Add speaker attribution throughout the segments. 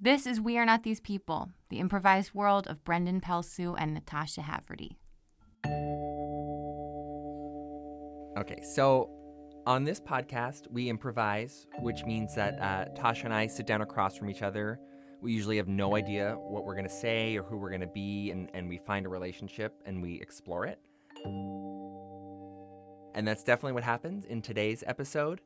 Speaker 1: This is We Are Not These People, the improvised world of Brendan Pelsu and Natasha Haverty.
Speaker 2: Okay, so on this podcast, we improvise, which means that uh, Tasha and I sit down across from each other. We usually have no idea what we're going to say or who we're going to be, and, and we find a relationship and we explore it. And that's definitely what happens in today's episode.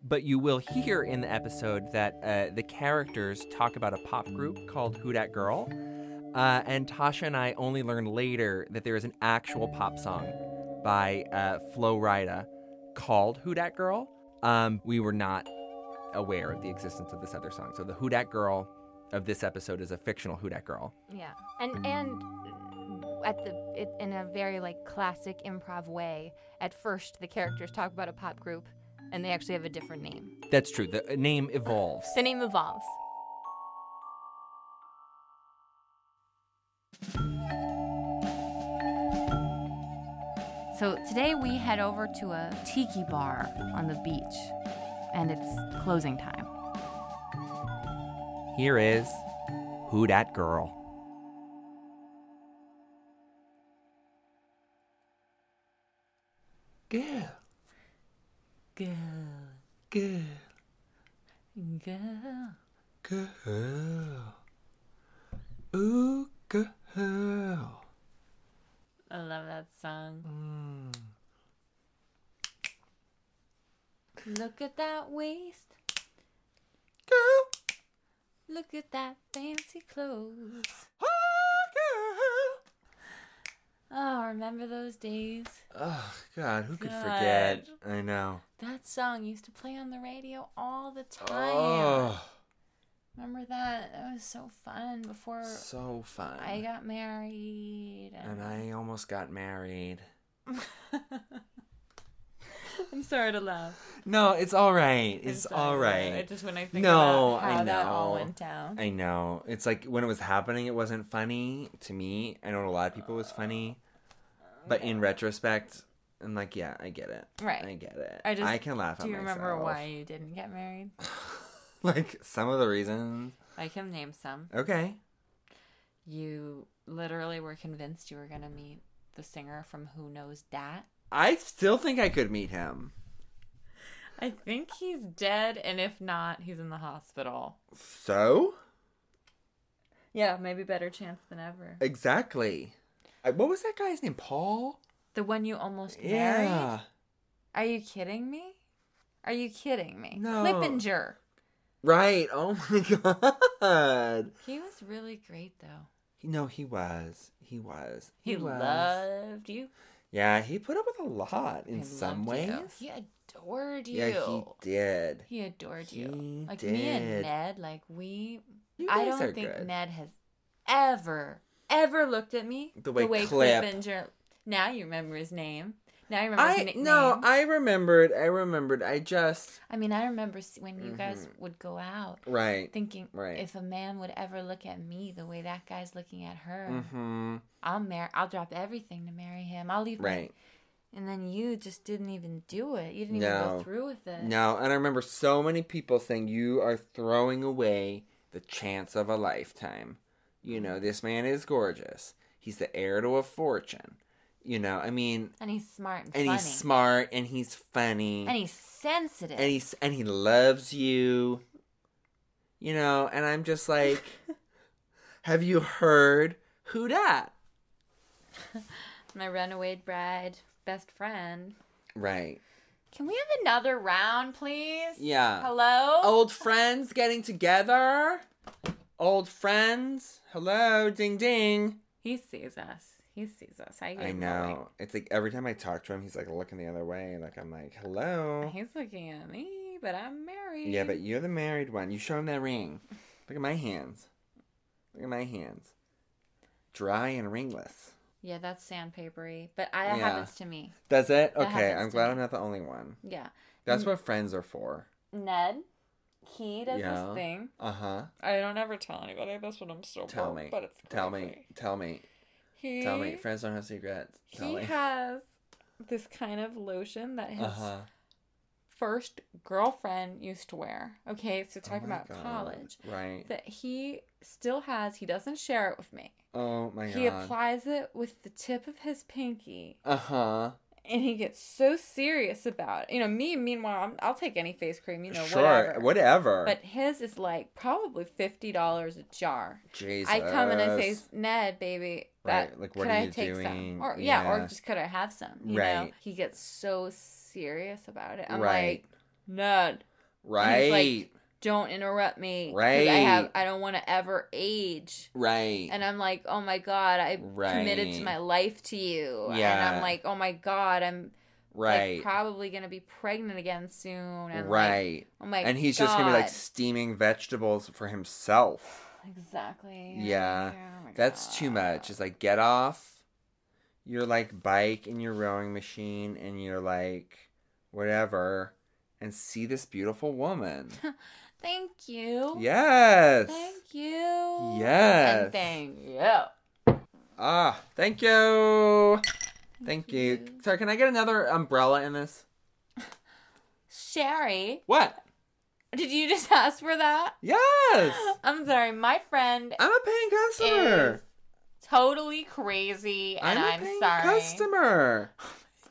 Speaker 2: But you will hear in the episode that uh, the characters talk about a pop group called Who Dat Girl. Uh, and Tasha and I only learned later that there is an actual pop song by uh, Flo Rida called Who Dat Girl. Um, we were not aware of the existence of this other song. So the Who Dat Girl of this episode is a fictional Who Dat Girl.
Speaker 3: Yeah, and and uh, at the it, in a very like classic improv way. At first, the characters talk about a pop group, and they actually have a different name.
Speaker 2: That's true. The uh, name evolves.
Speaker 3: The name evolves.
Speaker 1: So today we head over to a tiki bar on the beach, and it's closing time.
Speaker 2: Here is Who Dat Girl.
Speaker 4: Girl,
Speaker 1: Girl,
Speaker 4: girl,
Speaker 1: girl.
Speaker 4: girl. Ooh, girl.
Speaker 1: I love that song.
Speaker 4: Mm. Mm.
Speaker 3: Look at that waist.
Speaker 4: Girl,
Speaker 3: Look at that fancy clothes.
Speaker 4: oh,
Speaker 3: Oh, remember those days?
Speaker 4: girl. Oh, God, who could
Speaker 3: God.
Speaker 4: forget? I know.
Speaker 3: That song used to play on the radio all the time.
Speaker 4: Oh,
Speaker 3: Remember that? That was so fun before
Speaker 4: so fun.
Speaker 3: I got married.
Speaker 4: and I almost got married.
Speaker 3: I'm sorry to laugh.
Speaker 4: No, it's all right. It's
Speaker 3: I'm sorry to
Speaker 4: all
Speaker 3: laugh.
Speaker 4: right.
Speaker 3: I just when I think
Speaker 4: No,
Speaker 3: about how
Speaker 4: I
Speaker 3: that all
Speaker 4: know.
Speaker 3: went down.
Speaker 4: I know. It's like when it was happening, it wasn't funny to me. I know to a lot of people it was funny, but in retrospect, I'm like, yeah, I get it.
Speaker 3: Right.
Speaker 4: I get it.
Speaker 3: I
Speaker 4: I,
Speaker 3: just-
Speaker 4: can laugh.
Speaker 3: Do
Speaker 4: at
Speaker 3: you remember
Speaker 4: myself.
Speaker 3: why you didn't get married?
Speaker 4: Like some of the reasons.
Speaker 3: I can name some.
Speaker 4: Okay.
Speaker 3: You literally were convinced you were going to meet the singer from Who Knows Dat.
Speaker 4: I still think I could meet him.
Speaker 3: I think he's dead, and if not, he's in the hospital.
Speaker 4: So
Speaker 3: Yeah, maybe better chance than ever.
Speaker 4: exactly. I, what was that guy's name? Paul.
Speaker 3: The one you almost married?
Speaker 4: Yeah.
Speaker 3: Are you kidding me? Are you kidding me?
Speaker 4: No.
Speaker 3: Lippinger.
Speaker 4: Right. Oh my god.
Speaker 3: He was really great, though.
Speaker 4: No, he was. He was.
Speaker 3: He
Speaker 4: was.
Speaker 3: loved you.
Speaker 4: Yeah, he put up with a lot in
Speaker 3: He
Speaker 4: some
Speaker 3: loved
Speaker 4: ways.
Speaker 3: you. He adored you.
Speaker 4: Yeah, he did.
Speaker 3: He adored you.
Speaker 4: He
Speaker 3: like me and
Speaker 4: did.
Speaker 3: Ned, like we.
Speaker 4: You
Speaker 3: I
Speaker 4: guys
Speaker 3: don't
Speaker 4: are
Speaker 3: think
Speaker 4: good.
Speaker 3: Ned has ever, ever looked at me
Speaker 4: The way Clip-
Speaker 3: Clippinger- Now you remember his name. Now you remember his
Speaker 4: I
Speaker 3: nickname.
Speaker 4: no, I remembered. I remembered. I just
Speaker 3: I mean, I remember s- when you guys would go out
Speaker 4: right.
Speaker 3: thinking
Speaker 4: Mm-hmm. Right.
Speaker 3: if a man would ever look at me the way that guy's looking at her,
Speaker 4: Mm-hmm.
Speaker 3: I'll marry. I'll drop everything to marry him. I'll leave. my-"
Speaker 4: Right.
Speaker 3: and then you just didn't even do it. You didn't even
Speaker 4: No.
Speaker 3: go through with it.
Speaker 4: No, and I remember so many people saying you are throwing away the chance of a lifetime. You know, this man is gorgeous. He's the heir to a fortune. You know, I mean,
Speaker 3: And he's smart and,
Speaker 4: and
Speaker 3: funny.
Speaker 4: he's smart and he's funny.
Speaker 3: and he's sensitive.
Speaker 4: and he's and he loves you you know and i'm just like have you heard who dat
Speaker 3: my runaway bride, best friend.
Speaker 4: right
Speaker 3: Can we have another round, please?
Speaker 4: Yeah. Oh.
Speaker 3: Hello?
Speaker 4: old friends getting together old friends hello ding ding
Speaker 3: He sees us. He sees us. I,
Speaker 4: i know it's like every time i talk to him he's like looking the other way like i'm like hello
Speaker 3: He's looking at me, but I'm married.
Speaker 4: yeah but you're the married one you show him that ring look at my hands look at my hands dry and ringless
Speaker 3: Yeah, that's sandpapery. But I, that
Speaker 4: Yeah.
Speaker 3: happens to me.
Speaker 4: that's it
Speaker 3: That
Speaker 4: okay
Speaker 3: happens
Speaker 4: i'm
Speaker 3: to
Speaker 4: glad
Speaker 3: me.
Speaker 4: i'm not the only one
Speaker 3: Yeah.
Speaker 4: That's what friends are for.
Speaker 3: Ned, he does
Speaker 4: Yeah.
Speaker 3: this thing.
Speaker 4: Uh huh.
Speaker 3: I don't ever tell anybody. That's what I'm so
Speaker 4: Tell
Speaker 3: bummed,
Speaker 4: me.
Speaker 3: But it's
Speaker 4: Tell
Speaker 3: crazy.
Speaker 4: me. Tell me.
Speaker 3: He,
Speaker 4: Tell me. Friends don't have secrets. Tell
Speaker 3: He
Speaker 4: me. Uh-huh.
Speaker 3: has this kind of lotion that his
Speaker 4: Uh huh.
Speaker 3: first girlfriend used to wear. Okay, so
Speaker 4: Oh
Speaker 3: talking
Speaker 4: my
Speaker 3: about
Speaker 4: God.
Speaker 3: college
Speaker 4: Right.
Speaker 3: that he still has. He doesn't share it with me.
Speaker 4: Oh my
Speaker 3: He
Speaker 4: god.
Speaker 3: applies it with the tip of his pinky,
Speaker 4: uh huh.
Speaker 3: and he gets so serious about it. You know, me. Meanwhile, I'm, I'll take any face cream. You know,
Speaker 4: sure. uh, Whatever.
Speaker 3: whatever. But his is like probably fifty dollars a jar.
Speaker 4: Jesus.
Speaker 3: I come and I say, Ned, baby, that
Speaker 4: Right, like, what
Speaker 3: could
Speaker 4: are
Speaker 3: I
Speaker 4: you
Speaker 3: take
Speaker 4: doing?
Speaker 3: some? Or yeah.
Speaker 4: Yeah.
Speaker 3: or just could I have some? You know,
Speaker 4: Right.
Speaker 3: he gets so serious about it. I'm like,
Speaker 4: Right.
Speaker 3: Ned,
Speaker 4: Right.
Speaker 3: don't interrupt me. 'cause
Speaker 4: Right.
Speaker 3: I have, I don't want to ever age.
Speaker 4: right.
Speaker 3: And I'm like, oh my god, I committed
Speaker 4: Right.
Speaker 3: to my life to you. And
Speaker 4: Yeah.
Speaker 3: I'm like, oh my god, I'm
Speaker 4: right.
Speaker 3: like probably gonna be pregnant again soon. And right.
Speaker 4: right.
Speaker 3: Like, oh my
Speaker 4: and he's just gonna be like
Speaker 3: God.
Speaker 4: steaming vegetables for himself.
Speaker 3: exactly.
Speaker 4: Yeah.
Speaker 3: Oh my
Speaker 4: That's too
Speaker 3: God.
Speaker 4: much. It's like get off your like bike and your rowing machine and your like whatever and see this beautiful woman.
Speaker 3: Thank you.
Speaker 4: yes.
Speaker 3: Thank you.
Speaker 4: Yes.
Speaker 3: And thank you.
Speaker 4: Ah, thank you. Thank
Speaker 3: you.
Speaker 4: you. Sorry, can I get another umbrella in this?
Speaker 3: Sherry,
Speaker 4: What?
Speaker 3: did you just ask for that?
Speaker 4: Yes.
Speaker 3: I'm sorry, my friend
Speaker 4: I'm a paying
Speaker 3: is
Speaker 4: customer.
Speaker 3: totally crazy, and
Speaker 4: a
Speaker 3: I'm,
Speaker 4: paying
Speaker 3: sorry.
Speaker 4: customer.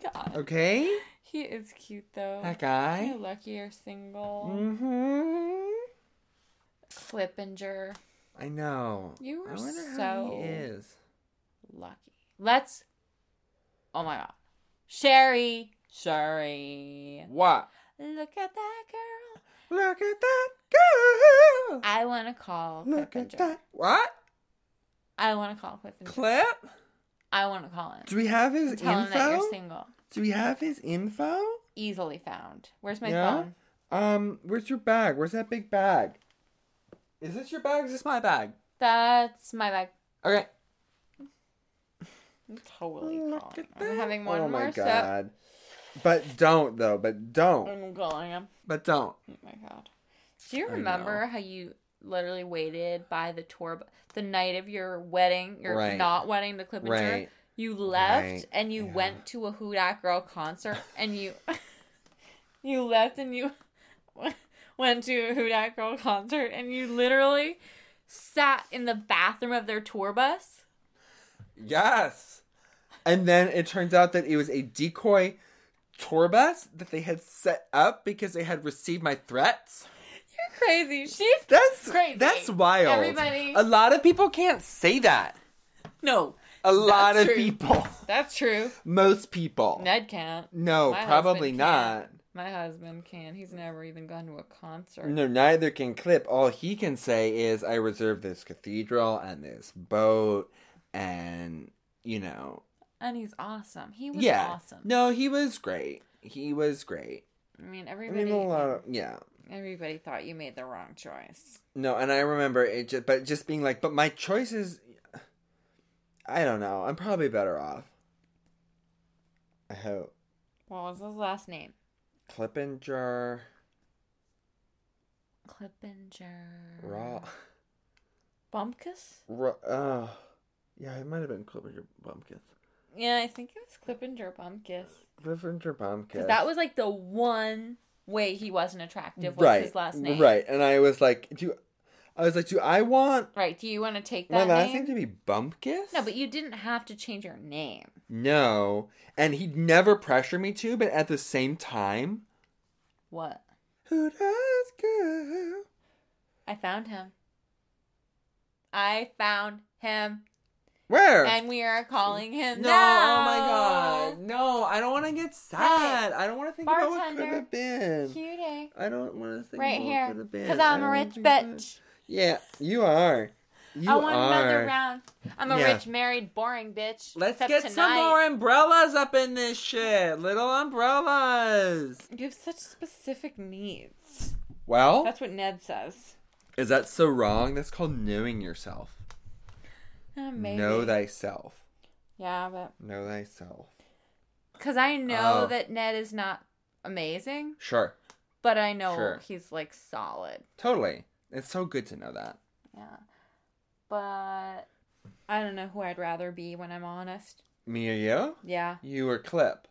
Speaker 3: God.
Speaker 4: Okay?
Speaker 3: He is cute though.
Speaker 4: That guy. Mm.
Speaker 3: You're lucky you're single.
Speaker 4: Mm-hmm.
Speaker 3: Flippinger.
Speaker 4: I know.
Speaker 3: You
Speaker 4: I
Speaker 3: are
Speaker 4: wonder how
Speaker 3: so-
Speaker 4: he is.
Speaker 3: Lucky. Let's. Oh my god. Sherry. Sherry.
Speaker 4: What?
Speaker 3: Look at that girl.
Speaker 4: Look at that girl.
Speaker 3: I want to call
Speaker 4: Look at
Speaker 3: Clippinger.
Speaker 4: that. What?
Speaker 3: I want to call Clippinger.
Speaker 4: Clip?
Speaker 3: I want to call him.
Speaker 4: Do we have his
Speaker 3: Tell him that
Speaker 4: info?
Speaker 3: you're single.
Speaker 4: Do we have his info?
Speaker 3: Easily found. Where's my
Speaker 4: Yeah?
Speaker 3: phone?
Speaker 4: Um, where's your bag? Where's that big bag? Is this your bag? Is this my bag?
Speaker 3: That's my bag.
Speaker 4: Okay.
Speaker 3: I'm totally
Speaker 4: Look
Speaker 3: calling.
Speaker 4: at that.
Speaker 3: I'm having one
Speaker 4: oh
Speaker 3: more
Speaker 4: my
Speaker 3: sip.
Speaker 4: god. But don't though. But don't.
Speaker 3: I'm calling him.
Speaker 4: But don't.
Speaker 3: Oh my god. Do you
Speaker 4: I
Speaker 3: remember
Speaker 4: know.
Speaker 3: how you literally waited by the tour bu- the night of your wedding, your
Speaker 4: Right.
Speaker 3: not wedding to Clippinger?
Speaker 4: Right.
Speaker 3: You left
Speaker 4: Right.
Speaker 3: and you
Speaker 4: Yeah.
Speaker 3: went to a Who Dat Girl concert and you you left and you went to a Who Dat Girl concert and you literally sat in the bathroom of their tour bus.
Speaker 4: Yes. And then it turns out that it was a decoy tour bus that they had set up because they had received my threats.
Speaker 3: You're crazy. She's
Speaker 4: That's
Speaker 3: Crazy.
Speaker 4: That's wild.
Speaker 3: Everybody-
Speaker 4: A lot of people can't say that.
Speaker 3: no.
Speaker 4: A lot of
Speaker 3: true.
Speaker 4: people.
Speaker 3: That's true.
Speaker 4: Most people.
Speaker 3: Ned can't.
Speaker 4: No,
Speaker 3: My
Speaker 4: probably
Speaker 3: husband
Speaker 4: not.
Speaker 3: can't. My husband can. He's never even gone to a concert.
Speaker 4: No, neither can Clip. All he can say is, I reserve this cathedral and this boat and, you know.
Speaker 3: And he's awesome. He was
Speaker 4: yeah.
Speaker 3: awesome.
Speaker 4: No, he was great. He was great.
Speaker 3: I mean,
Speaker 4: I
Speaker 3: everybody.
Speaker 4: mean, uh, a lot of, yeah.
Speaker 3: Everybody thought you made the wrong choice.
Speaker 4: No, and I remember it just, but just being like, but my choices, I don't know. I'm probably better off. I hope.
Speaker 3: What was his last name?
Speaker 4: Clippinger.
Speaker 3: Clippinger.
Speaker 4: Raw.
Speaker 3: Bumpkus?
Speaker 4: Raw. Uh, yeah, it might have been Clippinger Bumpkins.
Speaker 3: Yeah, I think it was Clippinger Bumpkus.
Speaker 4: Clippinger Bumpkins.
Speaker 3: Because that was like the one way he wasn't attractive was
Speaker 4: right,
Speaker 3: his last name.
Speaker 4: Right. And I was like, do I was like, do I want
Speaker 3: Right. Do you want to take
Speaker 4: my
Speaker 3: that
Speaker 4: last
Speaker 3: name?
Speaker 4: name to be Bumpkiss?
Speaker 3: No, but you didn't have to change your name.
Speaker 4: No. And he'd never pressure me to, but at the same time,
Speaker 3: What?
Speaker 4: who does go?
Speaker 3: I found him. I found him.
Speaker 4: Where?
Speaker 3: And we are calling him.
Speaker 4: No,
Speaker 3: now.
Speaker 4: oh my god. No, I don't want to get sad. I don't want to think about what could
Speaker 3: bartender.
Speaker 4: have been.
Speaker 3: Cutie.
Speaker 4: I don't want to think
Speaker 3: Right
Speaker 4: about what
Speaker 3: here.
Speaker 4: could have been.
Speaker 3: Because
Speaker 4: I
Speaker 3: I'm a
Speaker 4: don't
Speaker 3: rich
Speaker 4: think about-
Speaker 3: bitch.
Speaker 4: Yeah, you are. You
Speaker 3: I want another
Speaker 4: are.
Speaker 3: round. I'm a
Speaker 4: Yeah.
Speaker 3: rich, married, boring bitch.
Speaker 4: Let's
Speaker 3: Except
Speaker 4: get
Speaker 3: tonight.
Speaker 4: some more umbrellas up in this shit. Little umbrellas.
Speaker 3: You have such specific needs.
Speaker 4: Well,
Speaker 3: That's what Ned says.
Speaker 4: is that so wrong? That's called knowing yourself.
Speaker 3: Uh, maybe.
Speaker 4: Know thyself.
Speaker 3: Yeah, but
Speaker 4: Know thyself.
Speaker 3: because I know
Speaker 4: Oh.
Speaker 3: that Ned is not amazing,
Speaker 4: Sure.
Speaker 3: but I know
Speaker 4: Sure.
Speaker 3: he's like solid.
Speaker 4: Totally. It's so good to know that.
Speaker 3: Yeah, but I don't know who I'd rather be when I'm honest.
Speaker 4: Me or you?
Speaker 3: Yeah,
Speaker 4: You or Clip?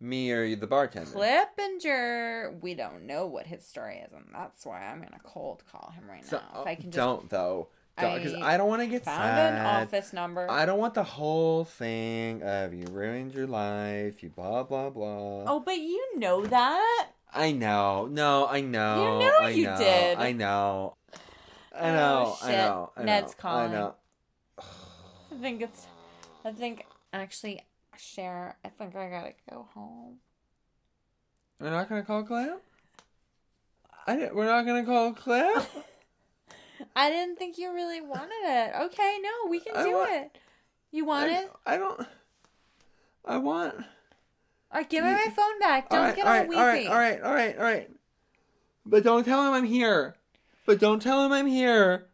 Speaker 4: Me or the bartender?
Speaker 3: Clippinger, we don't know what his story is, and that's why I'm gonna cold call him right
Speaker 4: So, uh,
Speaker 3: now. if I can just
Speaker 4: don't though, because
Speaker 3: I
Speaker 4: I, don't want to get
Speaker 3: found
Speaker 4: sad.
Speaker 3: an office number.
Speaker 4: I don't want the whole thing of you ruined your life, you blah blah blah.
Speaker 3: oh, but you know that.
Speaker 4: I know, no, I know,
Speaker 3: know
Speaker 4: I
Speaker 3: you
Speaker 4: know,
Speaker 3: did.
Speaker 4: I know, I
Speaker 3: Oh,
Speaker 4: know, I
Speaker 3: shit.
Speaker 4: know. I
Speaker 3: Ned's
Speaker 4: know,
Speaker 3: calling.
Speaker 4: I know.
Speaker 3: I think it's. I think actually, Cher. I think I gotta go home.
Speaker 4: We're not gonna call Clamp. I didn't- we're not gonna call Clamp.
Speaker 3: I didn't think you really wanted it. Okay, no, we can
Speaker 4: I
Speaker 3: do
Speaker 4: want-
Speaker 3: it. You want
Speaker 4: I,
Speaker 3: it?
Speaker 4: I don't. I want.
Speaker 3: All right, give me my phone back. Don't
Speaker 4: all right,
Speaker 3: get
Speaker 4: all
Speaker 3: all,
Speaker 4: right,
Speaker 3: weepy.
Speaker 4: all right, all right, all right, all right. But don't tell him I'm here. But don't tell him I'm here.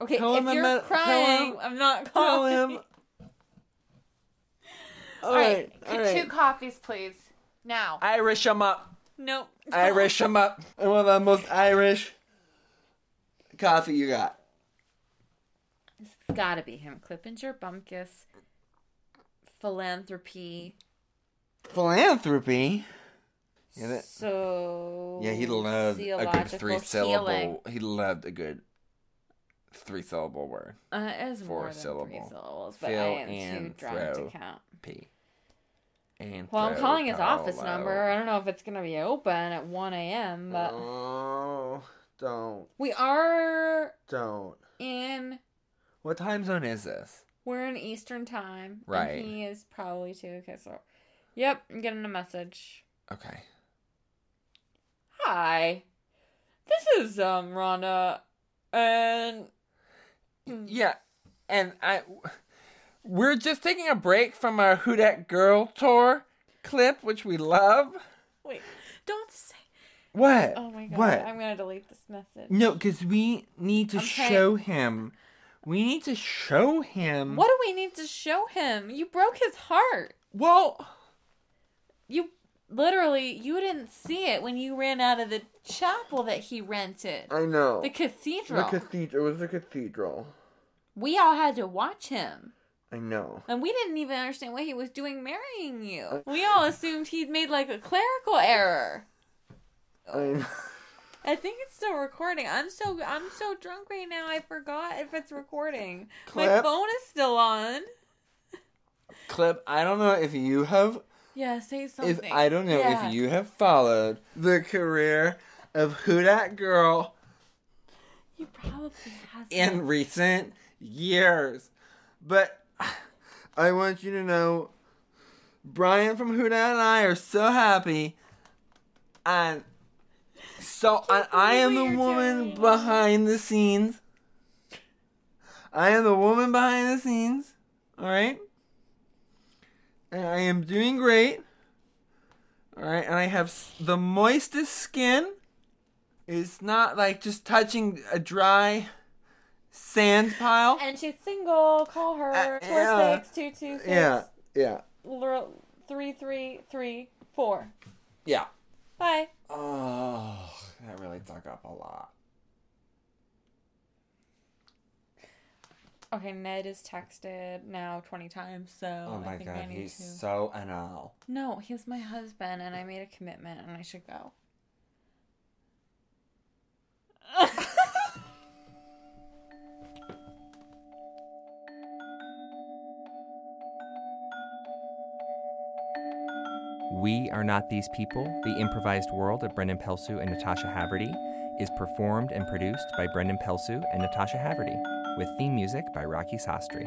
Speaker 3: Okay,
Speaker 4: Tell
Speaker 3: if
Speaker 4: him I'm
Speaker 3: you're
Speaker 4: not- tell
Speaker 3: crying,
Speaker 4: him-
Speaker 3: I'm not
Speaker 4: Tell
Speaker 3: calling.
Speaker 4: him. All
Speaker 3: right,
Speaker 4: right, all
Speaker 5: Two
Speaker 4: right.
Speaker 5: coffees, please. Now.
Speaker 6: Irish him up.
Speaker 3: Nope.
Speaker 4: Irish him up. I want the most Irish coffee you got.
Speaker 3: This has gotta be him. Clippinger Bumpkus. Philanthropy.
Speaker 4: Philanthropy. Yeah, that-
Speaker 3: So
Speaker 4: yeah, he loved a good
Speaker 3: theological
Speaker 4: three
Speaker 3: healing.
Speaker 4: syllable. He loved a good three syllable word.
Speaker 3: Uh, it was
Speaker 4: Four
Speaker 3: more than three
Speaker 4: syllable.
Speaker 3: syllables, but I
Speaker 4: Fill
Speaker 3: am too
Speaker 4: and
Speaker 3: drunk
Speaker 4: throw.
Speaker 3: to count.
Speaker 4: P. And
Speaker 3: Well, I'm
Speaker 4: throw
Speaker 3: calling his office
Speaker 4: Paolo.
Speaker 3: number. I don't know if it's gonna be open at 1 a.m., but
Speaker 4: Oh, don't,
Speaker 3: we are
Speaker 4: don't.
Speaker 3: in.
Speaker 4: What time zone is this?
Speaker 3: We're in Eastern time. and
Speaker 4: Right.
Speaker 3: he is probably too. Okay, so. Yep, I'm getting a message.
Speaker 4: Okay.
Speaker 3: Hi. This is um Rhonda and
Speaker 4: Yeah, and I, we're just taking a break from our Who Dat Girl tour clip, which we love.
Speaker 3: wait, don't say
Speaker 4: What?
Speaker 3: Oh my god.
Speaker 4: What?
Speaker 3: I'm gonna delete this message.
Speaker 4: No, because we need to
Speaker 3: I'm trying-
Speaker 4: show him. We need to show him.
Speaker 3: What do we need to show him? You broke his heart.
Speaker 4: Well,
Speaker 3: You literally you didn't see it when you ran out of the chapel that he rented.
Speaker 4: I know.
Speaker 3: The cathedral.
Speaker 4: cathedral. It was the cathedral.
Speaker 3: we all had to watch him.
Speaker 4: I know.
Speaker 3: And we didn't even understand what he was doing marrying you. We all assumed he'd made like a clerical error.
Speaker 4: I
Speaker 3: I think it's still recording. I'm so I'm so drunk right now. I forgot if it's recording. My
Speaker 4: Clip.
Speaker 3: phone is still on.
Speaker 4: Clip, I don't know if you have
Speaker 3: Yeah, say something.
Speaker 4: If I don't know
Speaker 3: Yeah.
Speaker 4: if you have followed the career of Who Dat Girl
Speaker 3: You probably has
Speaker 4: in recent years, but I want you to know, Brian from Who Dat and I are so happy, and so I, I am the woman behind the scenes. I am the woman behind the scenes. All right. And I am doing great. All right, and I have s- the moistest skin. It's not like just touching a dry sand pile.
Speaker 3: and she's single. Call her
Speaker 4: Uh, yeah.
Speaker 3: four six two two six
Speaker 4: yeah, yeah,
Speaker 3: l- three three three four.
Speaker 4: yeah.
Speaker 3: Bye.
Speaker 4: Oh, that really dug up a lot.
Speaker 3: Okay, Ned is texted now twenty times, so
Speaker 4: Oh
Speaker 3: I
Speaker 4: my
Speaker 3: think I
Speaker 4: god,
Speaker 3: need
Speaker 4: he's
Speaker 3: to.
Speaker 4: so anal.
Speaker 3: No, he's my husband, and I made a commitment, and I should go.
Speaker 6: We Are Not These People, The Improvised World of Brendan Pelsu and Natasha Haverty, is performed and produced by Brendan Pelsu and Natasha Haverty, with theme music by Rocky Sastry.